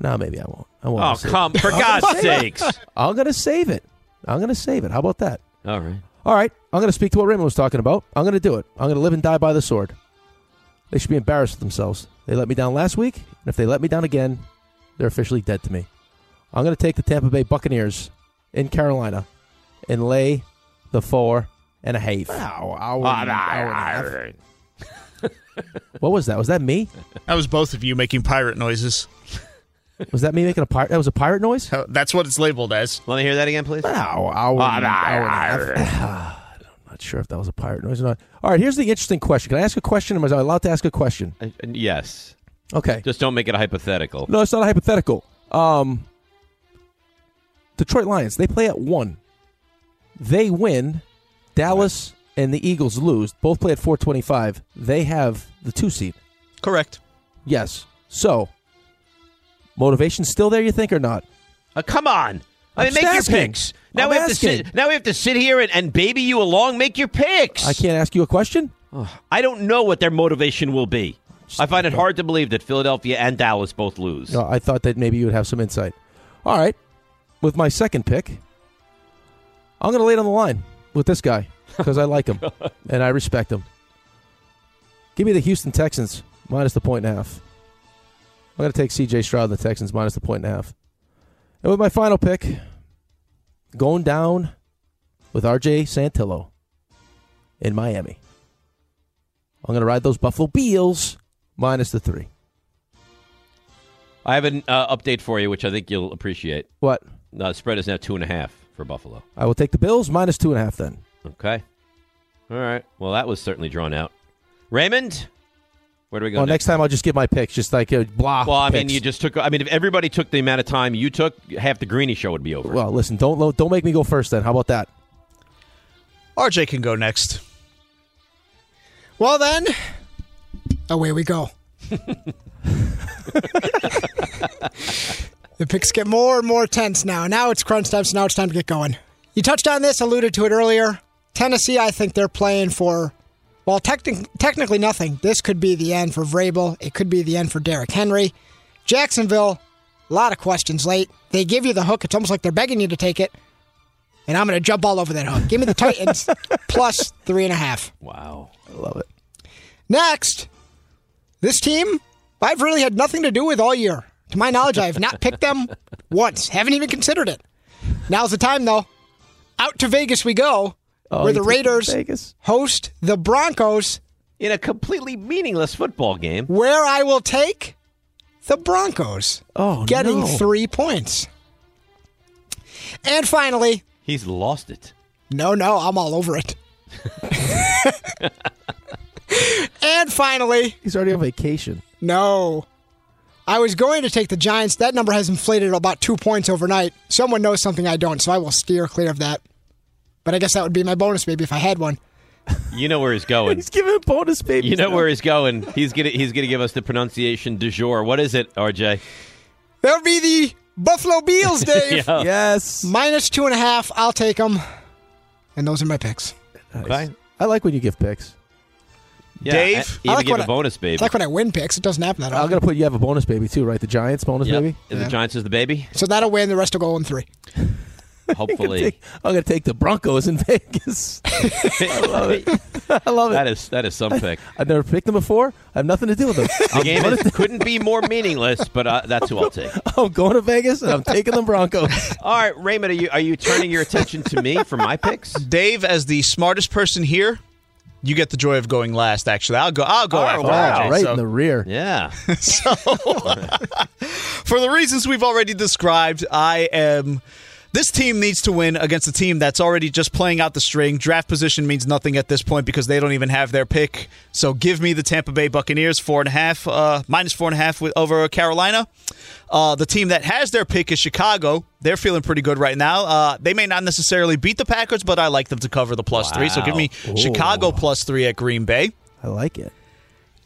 B: No, maybe I won't. I won't.
C: Oh,
B: Save it.
C: come- for
B: I'm
C: God's
B: gonna save it.
C: sakes.
B: I'm going to save it. I'm going to save it. How about that?
C: All right.
B: All right, I'm going to speak to what Raymond was talking about. I'm going to do it. I'm going to live and die by the sword. They should be embarrassed with themselves. They let me down last week, and if they let me down again, they're officially dead to me. I'm going to take the Tampa Bay Buccaneers in Carolina and lay the four and a half. What was that? Was that me?
D: That was both of you making pirate noises.
B: Was that me making a pirate? That was a pirate noise.
D: That's what it's labeled as.
C: Let me hear that again, please.
B: Ow, ow, and- ow, and a half. I'm not sure if that was a pirate noise or not. All right, here's the interesting question. Can I ask a question? Am I allowed to ask a question?
C: Uh, Yes.
B: Okay.
C: Just don't make it a hypothetical.
B: No, it's not a hypothetical. Um, Detroit Lions, they play at one. They win. Dallas and the Eagles lose. Both play at 425. They have the two seed.
D: Correct.
B: Yes. So, motivation still there, you think, or not?
C: Uh, come on. I mean,
B: I'm
C: make
B: asking.
C: your picks. Now
B: I'm
C: we have to
B: asking.
C: sit. Now we have to sit here and, and baby you along. Make your picks.
B: I can't ask you a question?
C: I don't know what their motivation will be. I find it hard to believe that Philadelphia and Dallas both lose.
B: No, I thought that maybe you would have some insight. All right. With my second pick, I'm going to lay it on the line with this guy because I like him and I respect him. Give me the Houston Texans minus the point and a half. I'm going to take CJ Stroud and the Texans minus the point and a half. And with my final pick, going down with RJ Santillo in Miami. I'm going to ride those Buffalo Bills minus the three.
C: I have an uh, update for you, which I think you'll appreciate.
B: What?
C: Uh, spread is now two and a half for Buffalo.
B: I will take the Bills minus two and a half then.
C: Okay. All right. Well, that was certainly drawn out. Raymond, Where do we go?
B: Well, next time I'll just get my picks, just like uh, a blah.
C: Well, I mean,
B: picks.
C: you just took. I mean, if everybody took the amount of time you took, half the Greeny show would be over.
B: Well, listen, don't lo- don't make me go first. Then how about that?
D: RJ can go next.
F: Well, then, away Oh, we go. the picks get more and more tense now. Now it's crunch time, so now it's time to get going. You touched on this, alluded to it earlier. Tennessee, I think they're playing for, well, technic technically nothing. This could be the end for Vrabel. It could be the end for Derrick Henry. Jacksonville, a lot of questions late. They give you the hook. It's almost like they're begging you to take it. And I'm going to jump all over that hook. Give me the Titans plus three and a half.
C: Wow.
B: I love it.
F: Next, this team I've really had nothing to do with all year. To my knowledge, I have not picked them once. Haven't even considered it. Now's the time, though. Out to Vegas we go,
C: Oh,
F: where
C: you
F: the
C: took
F: Raiders
C: Vegas.
F: host the Broncos,
C: In a completely meaningless football game.
F: where I will take the Broncos.
B: Oh,
F: getting
C: no.
F: three points. And finally,
C: He's lost it.
F: no, no, I'm all over it. and finally,
B: he's already on vacation.
F: No. I was going to take the Giants. That number has inflated about two points overnight. Someone knows something I don't, so I will steer clear of that. But I guess that would be my bonus, maybe, if I had one.
C: You know where he's going. he's
B: giving bonus baby.
C: You know where he's going. He's gonna he's gonna give us the pronunciation du jour. What is it, RJ?
F: That would be the Buffalo Bills, Dave.
C: Yeah.
B: Yes.
F: Minus two and a half. I'll take them. And those are my picks.
B: Okay. I like when you give picks.
C: Yeah, Dave?
F: I like
C: give
F: when
C: a bonus, baby.
F: I like when I win picks. It doesn't happen that
B: I'm
F: often.
B: gonna put you have a bonus baby too, right? The Giants bonus
C: Yep.
B: baby.
C: The Giants is the baby.
F: So that'll win. The rest will go in three.
C: Hopefully,
B: Take- I'm gonna take the Broncos in Vegas. I love it. I love it.
C: that is that is some pick.
B: I've never picked them before. I have nothing to do with them.
C: The game is, couldn't be more meaningless, but uh, that's who I'll take.
B: I'm going to Vegas and I'm taking the Broncos.
C: All right, Raymond, are you are you turning your attention to me for my picks?
D: Dave, as the smartest person here, you get the joy of going last. Actually, I'll go. I'll go
B: Oh,
D: after
B: wow.
D: RJ,
B: Right
D: so-
B: in the rear.
C: Yeah.
D: so, for the reasons we've already described, I am. This team needs to win against a team that's already just playing out the string. Draft position means nothing at this point because they don't even have their pick. So give me the Tampa Bay Buccaneers four and a half, uh, minus four and a half with, over Carolina. Uh, the team that has their pick is Chicago. They're feeling pretty good right now. Uh, they may not necessarily beat the Packers, but I like them to cover the plus three. So give me
B: Wow. Ooh.
D: Chicago plus three at Green Bay.
B: I like it.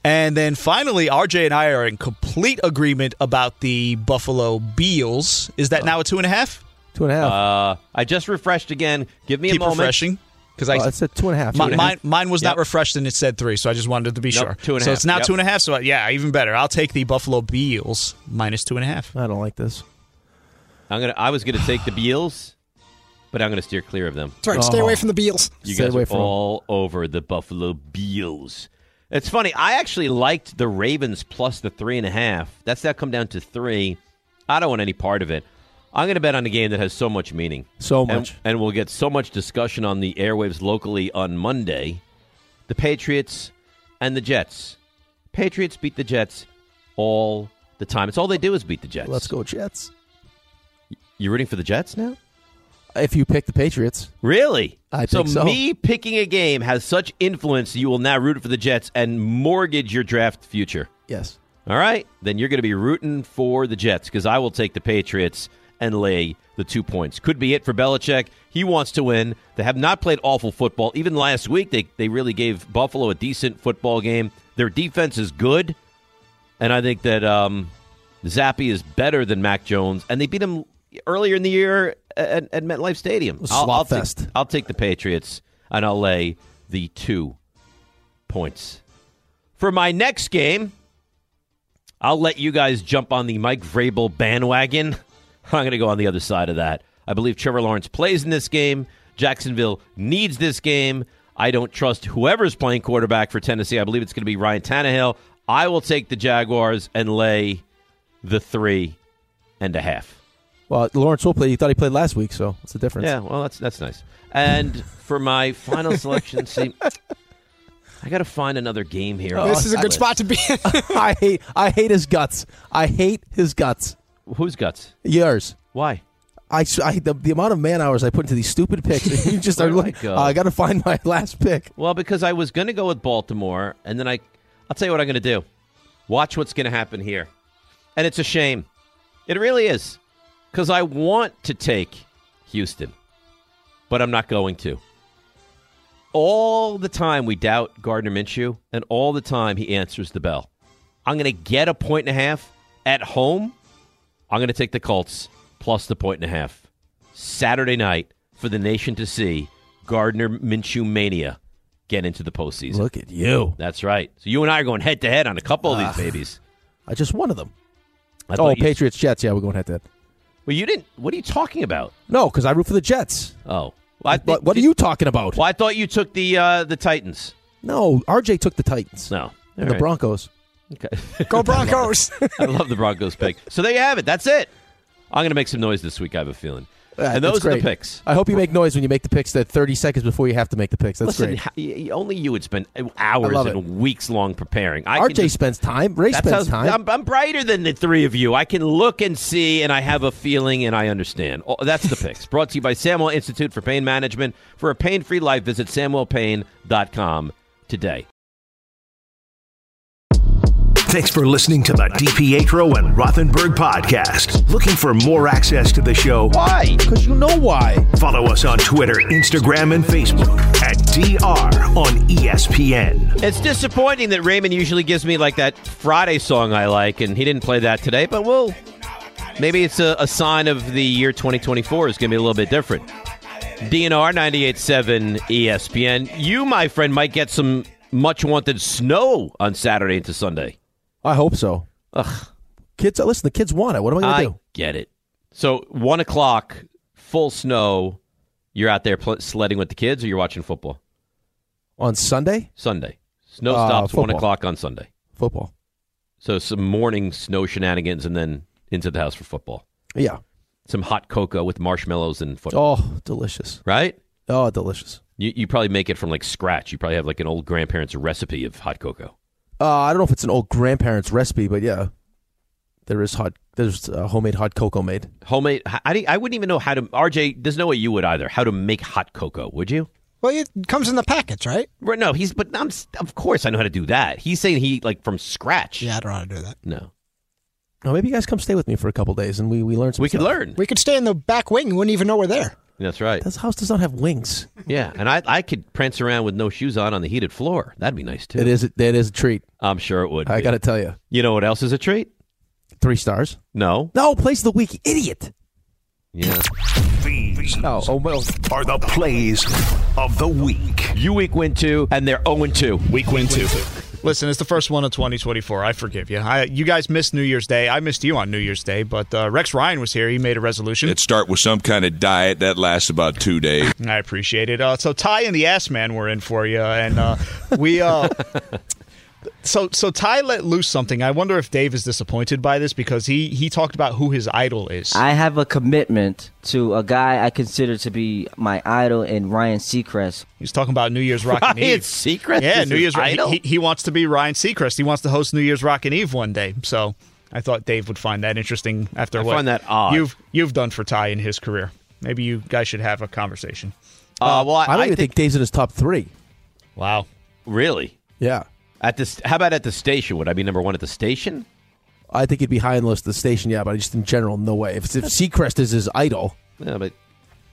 D: And then finally, RJ and I are in complete agreement about the Buffalo Beals. Is that now a two and a half?
B: Two and a half.
C: Uh, I just refreshed again. Give me
D: Keep
C: a moment.
D: refreshing. Because I
B: Oh, it's a two and a half.
D: Mi-
B: Two and a half.
D: mine, mine was
B: Yep.
D: not refreshed and it said three, so I just wanted to be
B: Nope,
D: sure.
B: two and a
D: so
B: half,
D: it's now
B: yep.
D: two and a half. So yeah, even better. I'll take the Buffalo Beals minus two and a half.
B: I don't like this.
C: I'm gonna. I was gonna take the Beals, but I'm gonna steer clear of them.
F: That's right. Stay away from the Beals.
C: You guys are all over the Buffalo Bills. It's funny. I actually liked the Ravens plus the three and a half. That's now come down to three. I don't want any part of it. I'm going to bet on a game that has so much meaning.
B: So
C: And-
B: much.
C: And, we'll get so much discussion on the airwaves locally on Monday. The Patriots and the Jets. Patriots beat the Jets all the time. It's all they do is beat the Jets.
B: Let's go Jets.
C: You're rooting for the Jets now?
B: If you pick the Patriots,
C: Really?
B: I
C: so,
B: think so.
C: me picking a game has such influence you will now root for the Jets and mortgage your draft future.
B: yes.
C: All right? Then you're going to be rooting for the Jets because I will take the Patriots and lay the two points. Could be it for Belichick. He wants to win. They have not played awful football. Even last week, they, they really gave Buffalo a decent football game. Their defense is good. And I think that um, Zappy is better than Mac Jones. And they beat him earlier in the year at, at MetLife Stadium.
B: was
C: I'll, I'll,
B: slop
C: take,
B: fest.
C: I'll take the Patriots and I'll lay the two points. For my next game, I'll let you guys jump on the Mike Vrabel bandwagon. I'm going to go on the other side of that. I believe Trevor Lawrence plays in this game. Jacksonville needs this game. I don't trust whoever's playing quarterback for Tennessee. I believe it's going to be Ryan Tannehill. I will take the Jaguars and lay the three and a half.
B: Well, Lawrence will play. You thought he played last week, so what's the difference?
C: Yeah, well, that's that's nice. And for my final selection, see, I got to find another game here. on
F: Oh, this is a
C: my
F: good
C: list.
F: spot to be in.
B: I hate. I hate his guts. I hate his guts.
C: Whose guts?
B: Yours.
C: Why?
B: I, s- I- the, the amount of man hours I put into these stupid picks. and you just
C: Where
B: are
C: do I
B: like,
C: go?
B: "Oh, I got to find my last pick.
C: Well, because I was going to go with Baltimore, and then I, I'll tell you what I'm going to do. Watch what's going to happen here. And it's a shame. It really is. Because I want to take Houston, but I'm not going to. All the time we doubt Gardner Minshew, and all the time he answers the bell. I'm going to get a point and a half at home. I'm going to take the Colts plus the point and a half Saturday night for the nation to see Gardner Minshew mania get into the postseason.
B: Look at you.
C: That's right. So you and I are going head to head on a couple of
B: Ah.
C: these babies.
B: I just one of them.
C: I
B: oh,
C: thought you-
B: Patriots, Jets. Yeah, we're going head to head.
C: Well, you didn't. What are you talking about?
B: No, because I root for the Jets.
C: Oh, well, I thi-
B: But what are you talking about?
C: well, I thought you took the uh, the Titans.
B: No, RJ took the Titans.
C: No,
B: and
C: All
B: the
C: right.
B: Broncos.
C: Okay.
F: Go Broncos.
C: I love the Broncos pick. So there you have it. That's it. I'm going to make some noise this week. I have a feeling.
B: Uh,
C: and
B: that's
C: those are the
B: great.
C: picks.
B: I hope you make noise when you make the picks. That thirty seconds before you have to make the picks. That's
C: Listen,
B: great.
C: ha- y- y- only you would spend
B: I
C: hours
B: love
C: and weeks long preparing. I
B: RJ
C: can just-
B: spends time. Ray
C: That's
B: spends
C: how-
B: time.
C: I'm, I'm brighter than the three of you. I can look and see, and I have a feeling, and I understand. Oh, that's the picks. Brought to you by Samuel Institute for Pain Management. For a pain-free life, visit samuelpain.com today.
A: Thanks for listening to the DPetro and Rothenberg podcast. Looking for more access to the show?
B: Why? Because you know why.
A: Follow us on Twitter, Instagram, and Facebook at DR on E ESPN.
C: It's disappointing that Raymond usually gives me like that Friday song I like, and he didn't play that today. But we'll maybe it's a, a sign of the year 2024 is going to be a little bit different. DNR 98.7 ESPN. You, my friend, might get some much wanted snow on Saturday into Sunday.
B: I hope so.
C: Ugh.
B: Kids, listen. The kids want it. What am I going
C: I
B: to do?
C: get it. So one o'clock, full snow. You're out there pl- sledding with the kids, or you're watching football
B: on Sunday?
C: Sunday. Snow
B: Uh,
C: stops one
B: football.
C: o'clock on Sunday.
B: Football.
C: So some morning snow shenanigans, and then into the house for football.
B: Yeah.
C: Some hot cocoa with marshmallows and football.
B: Oh, delicious.
C: Right?
B: Oh, delicious.
C: You, you probably make it from like scratch. You probably have like an old grandparents' recipe of hot cocoa.
B: Uh, I don't know if it's an old grandparents' recipe, but yeah, there is hot. There's uh, homemade hot cocoa made.
C: Homemade. I, I- I wouldn't even know how to. RJ, there's no way you would either. How to make hot cocoa? Would you?
F: Well, it comes in the packets, right?
C: Right, no, he's but I'm s- of course I know how to do that. He's saying he like from scratch.
F: Yeah, I don't know how to do that.
C: No.
B: Now maybe you guys come stay with me for a couple days and we we learn some.
C: We could
B: stuff.
C: learn.
F: We could stay in the back wing. You wouldn't even know we're there.
C: That's right.
B: This house does not have wings.
C: yeah, and I I could prance around with no shoes on on the heated floor. That'd be nice too.
B: It is. That is a treat.
C: I'm sure it would.
B: I
C: be.
B: got to tell you,
C: You know what else is a treat?
B: three stars.
C: No.
B: No, place of the week, idiot. Oh,
C: Yeah.
A: These are the plays of the week.
C: You week win two, and they're 0 2.
D: Week win two. Listen, it's the first one of 2024. I forgive you. I, you guys missed New Year's Day. I missed you on New Year's Day, but uh, Rex Ryan was here. He made a resolution.
L: It start with some kind of diet that lasts about two days.
D: I appreciate it. Uh, so Ty and the Ass Man were in for you, and uh, we. Uh, so so Ty let loose something. I wonder if Dave is disappointed by this because he he talked about who his idol is.
M: I have a commitment to a guy I consider to be my idol in Ryan Seacrest.
D: He's talking about New Year's Rockin'
M: Ryan
D: Eve.
M: Seacrest
D: Yeah,
M: is
D: New
M: his
D: Year's
M: idol?
D: He, he wants to be Ryan Seacrest. He wants to host New Year's Rockin' Eve one day. So I thought Dave would find that interesting after
C: I
D: what
C: find that odd.
D: you've you've done for Ty in his career. Maybe you guys should have a conversation.
C: Uh, well, I,
B: don't even think, Dave's in his top three.
D: Wow.
C: Really?
B: Yeah,
C: At this, how about at the station? Would I be number one at the station?
B: I think he'd be high on the list of the station. Yeah, but just in general, no way. If, if Seacrest is his idol,
C: Yeah, but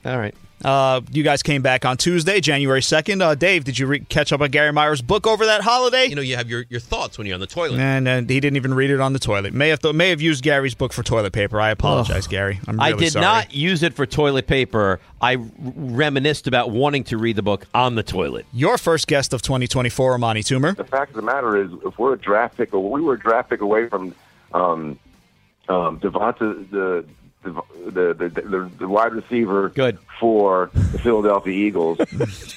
C: all right.
D: Uh, you guys came back on Tuesday, January second. Uh, Dave, did you re- catch up on Gary Meyer's book over that holiday?
C: You know, you have your, your thoughts when you're on the toilet.
D: And, uh, he didn't even read it on the toilet. May have may have used Gary's book for toilet paper. I apologize, Gary. I'm really
C: I did
D: sorry.
C: not use it for toilet paper. I r- reminisced about wanting to read the book on the toilet.
D: Your first guest of 2024, Amani Toomer.
N: The fact of the matter is, if we're a draft pick, or we were a draft pick away from um, um, Devonta, the, the, the, the, the, the wide receiver Good. for the Philadelphia Eagles.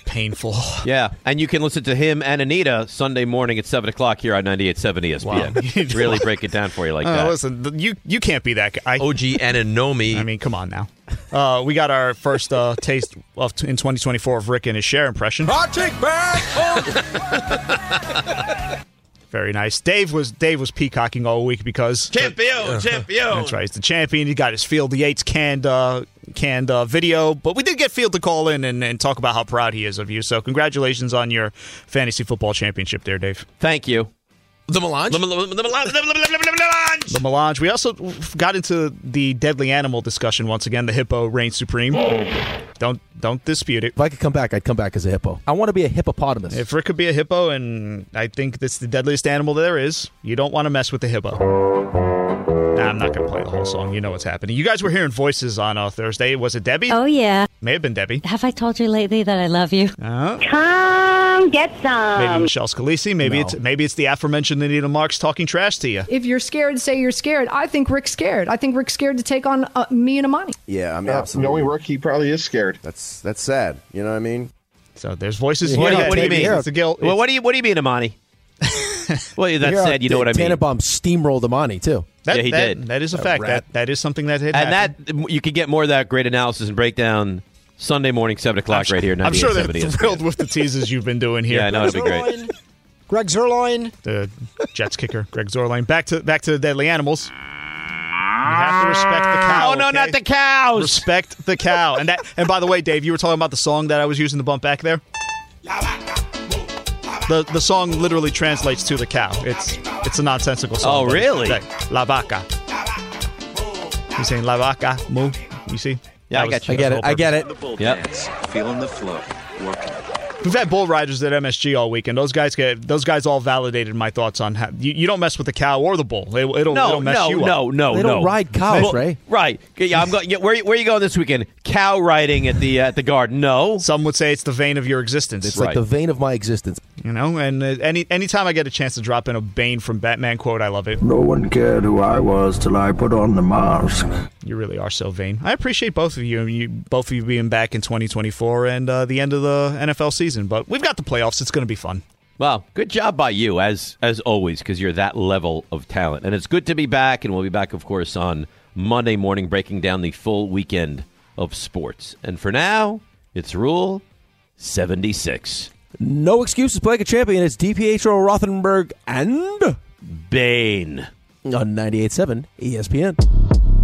D: Painful.
C: Yeah, and you can listen to him and Anita Sunday morning at 7 o'clock here on 98.7 ESPN. really break it down for you like
D: Uh,
C: that.
D: listen, th- you you can't be that guy.
C: OG Ananomi.
D: I mean, come on now. Uh, we got our first uh, taste of in 2024 of Rick and his share impression.
L: I take back. oh.
D: Very nice. Dave was Dave was peacocking all week because
L: Champion, champion.
D: That's right. He's the champion. He got his Field Yates canned uh, canned uh, video, but we did get Field to call in and, and talk about how proud he is of you. So congratulations on your fantasy football championship, there, Dave.
C: Thank you.
B: The melange?
D: The,
L: melange!
D: The melange. We also got into the deadly animal discussion once again. The hippo reigns supreme. Don't don't dispute it.
B: If I could come back, I'd come back as a hippo. I want to be a hippopotamus.
D: If Rick could be a hippo, and I think that's the deadliest animal there is, you don't want to mess with the hippo. Nah, I'm not going to play the whole song. You know what's happening. You guys were hearing voices on uh, Thursday. Was it Debbie?
O: Oh, yeah.
D: May have been Debbie.
O: Have I told you lately that I love you?
D: Uh,
O: Come get
D: maybe
O: some.
D: Michelle Scalisi. Maybe it's maybe it's the aforementioned Anita Marks talking trash to you.
P: If you're scared, say you're scared. I think Rick's scared. I think Rick's scared to take on uh, me and Amani.
Q: Yeah, I mean,
P: Yeah,
Q: absolutely.
P: knowing
Q: Rick, he probably is scared. That's that's sad. You know what I mean?
D: So there's voices.
C: What, do you- what do you mean? Well, what do you what do you mean, Amani? well, that
B: Here,
C: said, you know what I mean.
B: Tannenbaum steamrolled Amani too.
D: That,
C: Yeah, he
D: that-
C: did.
D: That is a
C: That
D: fact.
C: rat.
D: That that is something that had
C: and
D: happened.
C: that you can get more of that great analysis and breakdown Sunday morning, seven o'clock, right here.
D: I'm sure they're
C: 98.70 is.
D: thrilled with the teases you've been doing here.
C: Yeah, I know it'd be great.
D: Greg Zerline, the Jets kicker, Greg Zerline. Back to back to the deadly animals. You have to respect the
C: Oh,
D: cow.
C: no, not the cows.
D: Respect the cow. And that. And by the way, Dave, you were talking about the song that I was using to bump back there. The the song literally translates to the cow. It's it's a nonsensical song.
C: Oh,
D: but-
C: really?
D: Like, La vaca. You saying la vaca mu? You see? That was-
B: I get it.
D: that's the
B: I
D: whole
B: get it.
D: purpose.
L: Feeling the flow. Working.
D: We've had bull riders at MSG all weekend. Those guys get those guys all validated my thoughts on how you, you don't mess with the cow or the bull. It, it'll,
C: no,
D: it'll mess
C: no,
D: you up.
C: no, no, no. Well, Right. Yeah, I'm going. Yeah, where, where are you going this weekend? Cow riding at the uh, at the garden. No.
D: Some would say it's the vein of your existence.
B: It's like the vein of my existence.
D: You know, and uh, any anytime I get a chance to drop in a Bane from Batman quote, I love it.
R: No one cared who I was till I put on the mask.
D: You really are so vain. I appreciate both of you, and you both of you being back in 2024 and uh, the end of the NFL season. But we've got the playoffs. It's going to be fun.
C: Well, good job by you, as as always, because you're that level of talent, and it's good to be back. And we'll be back, of course, on Monday morning, breaking down the full weekend of sports. And for now, it's Rule seventy six.
B: No excuses. Play like a champion. It's DPHO Rothenberg and
C: Bane
B: on 98.7 ESPN.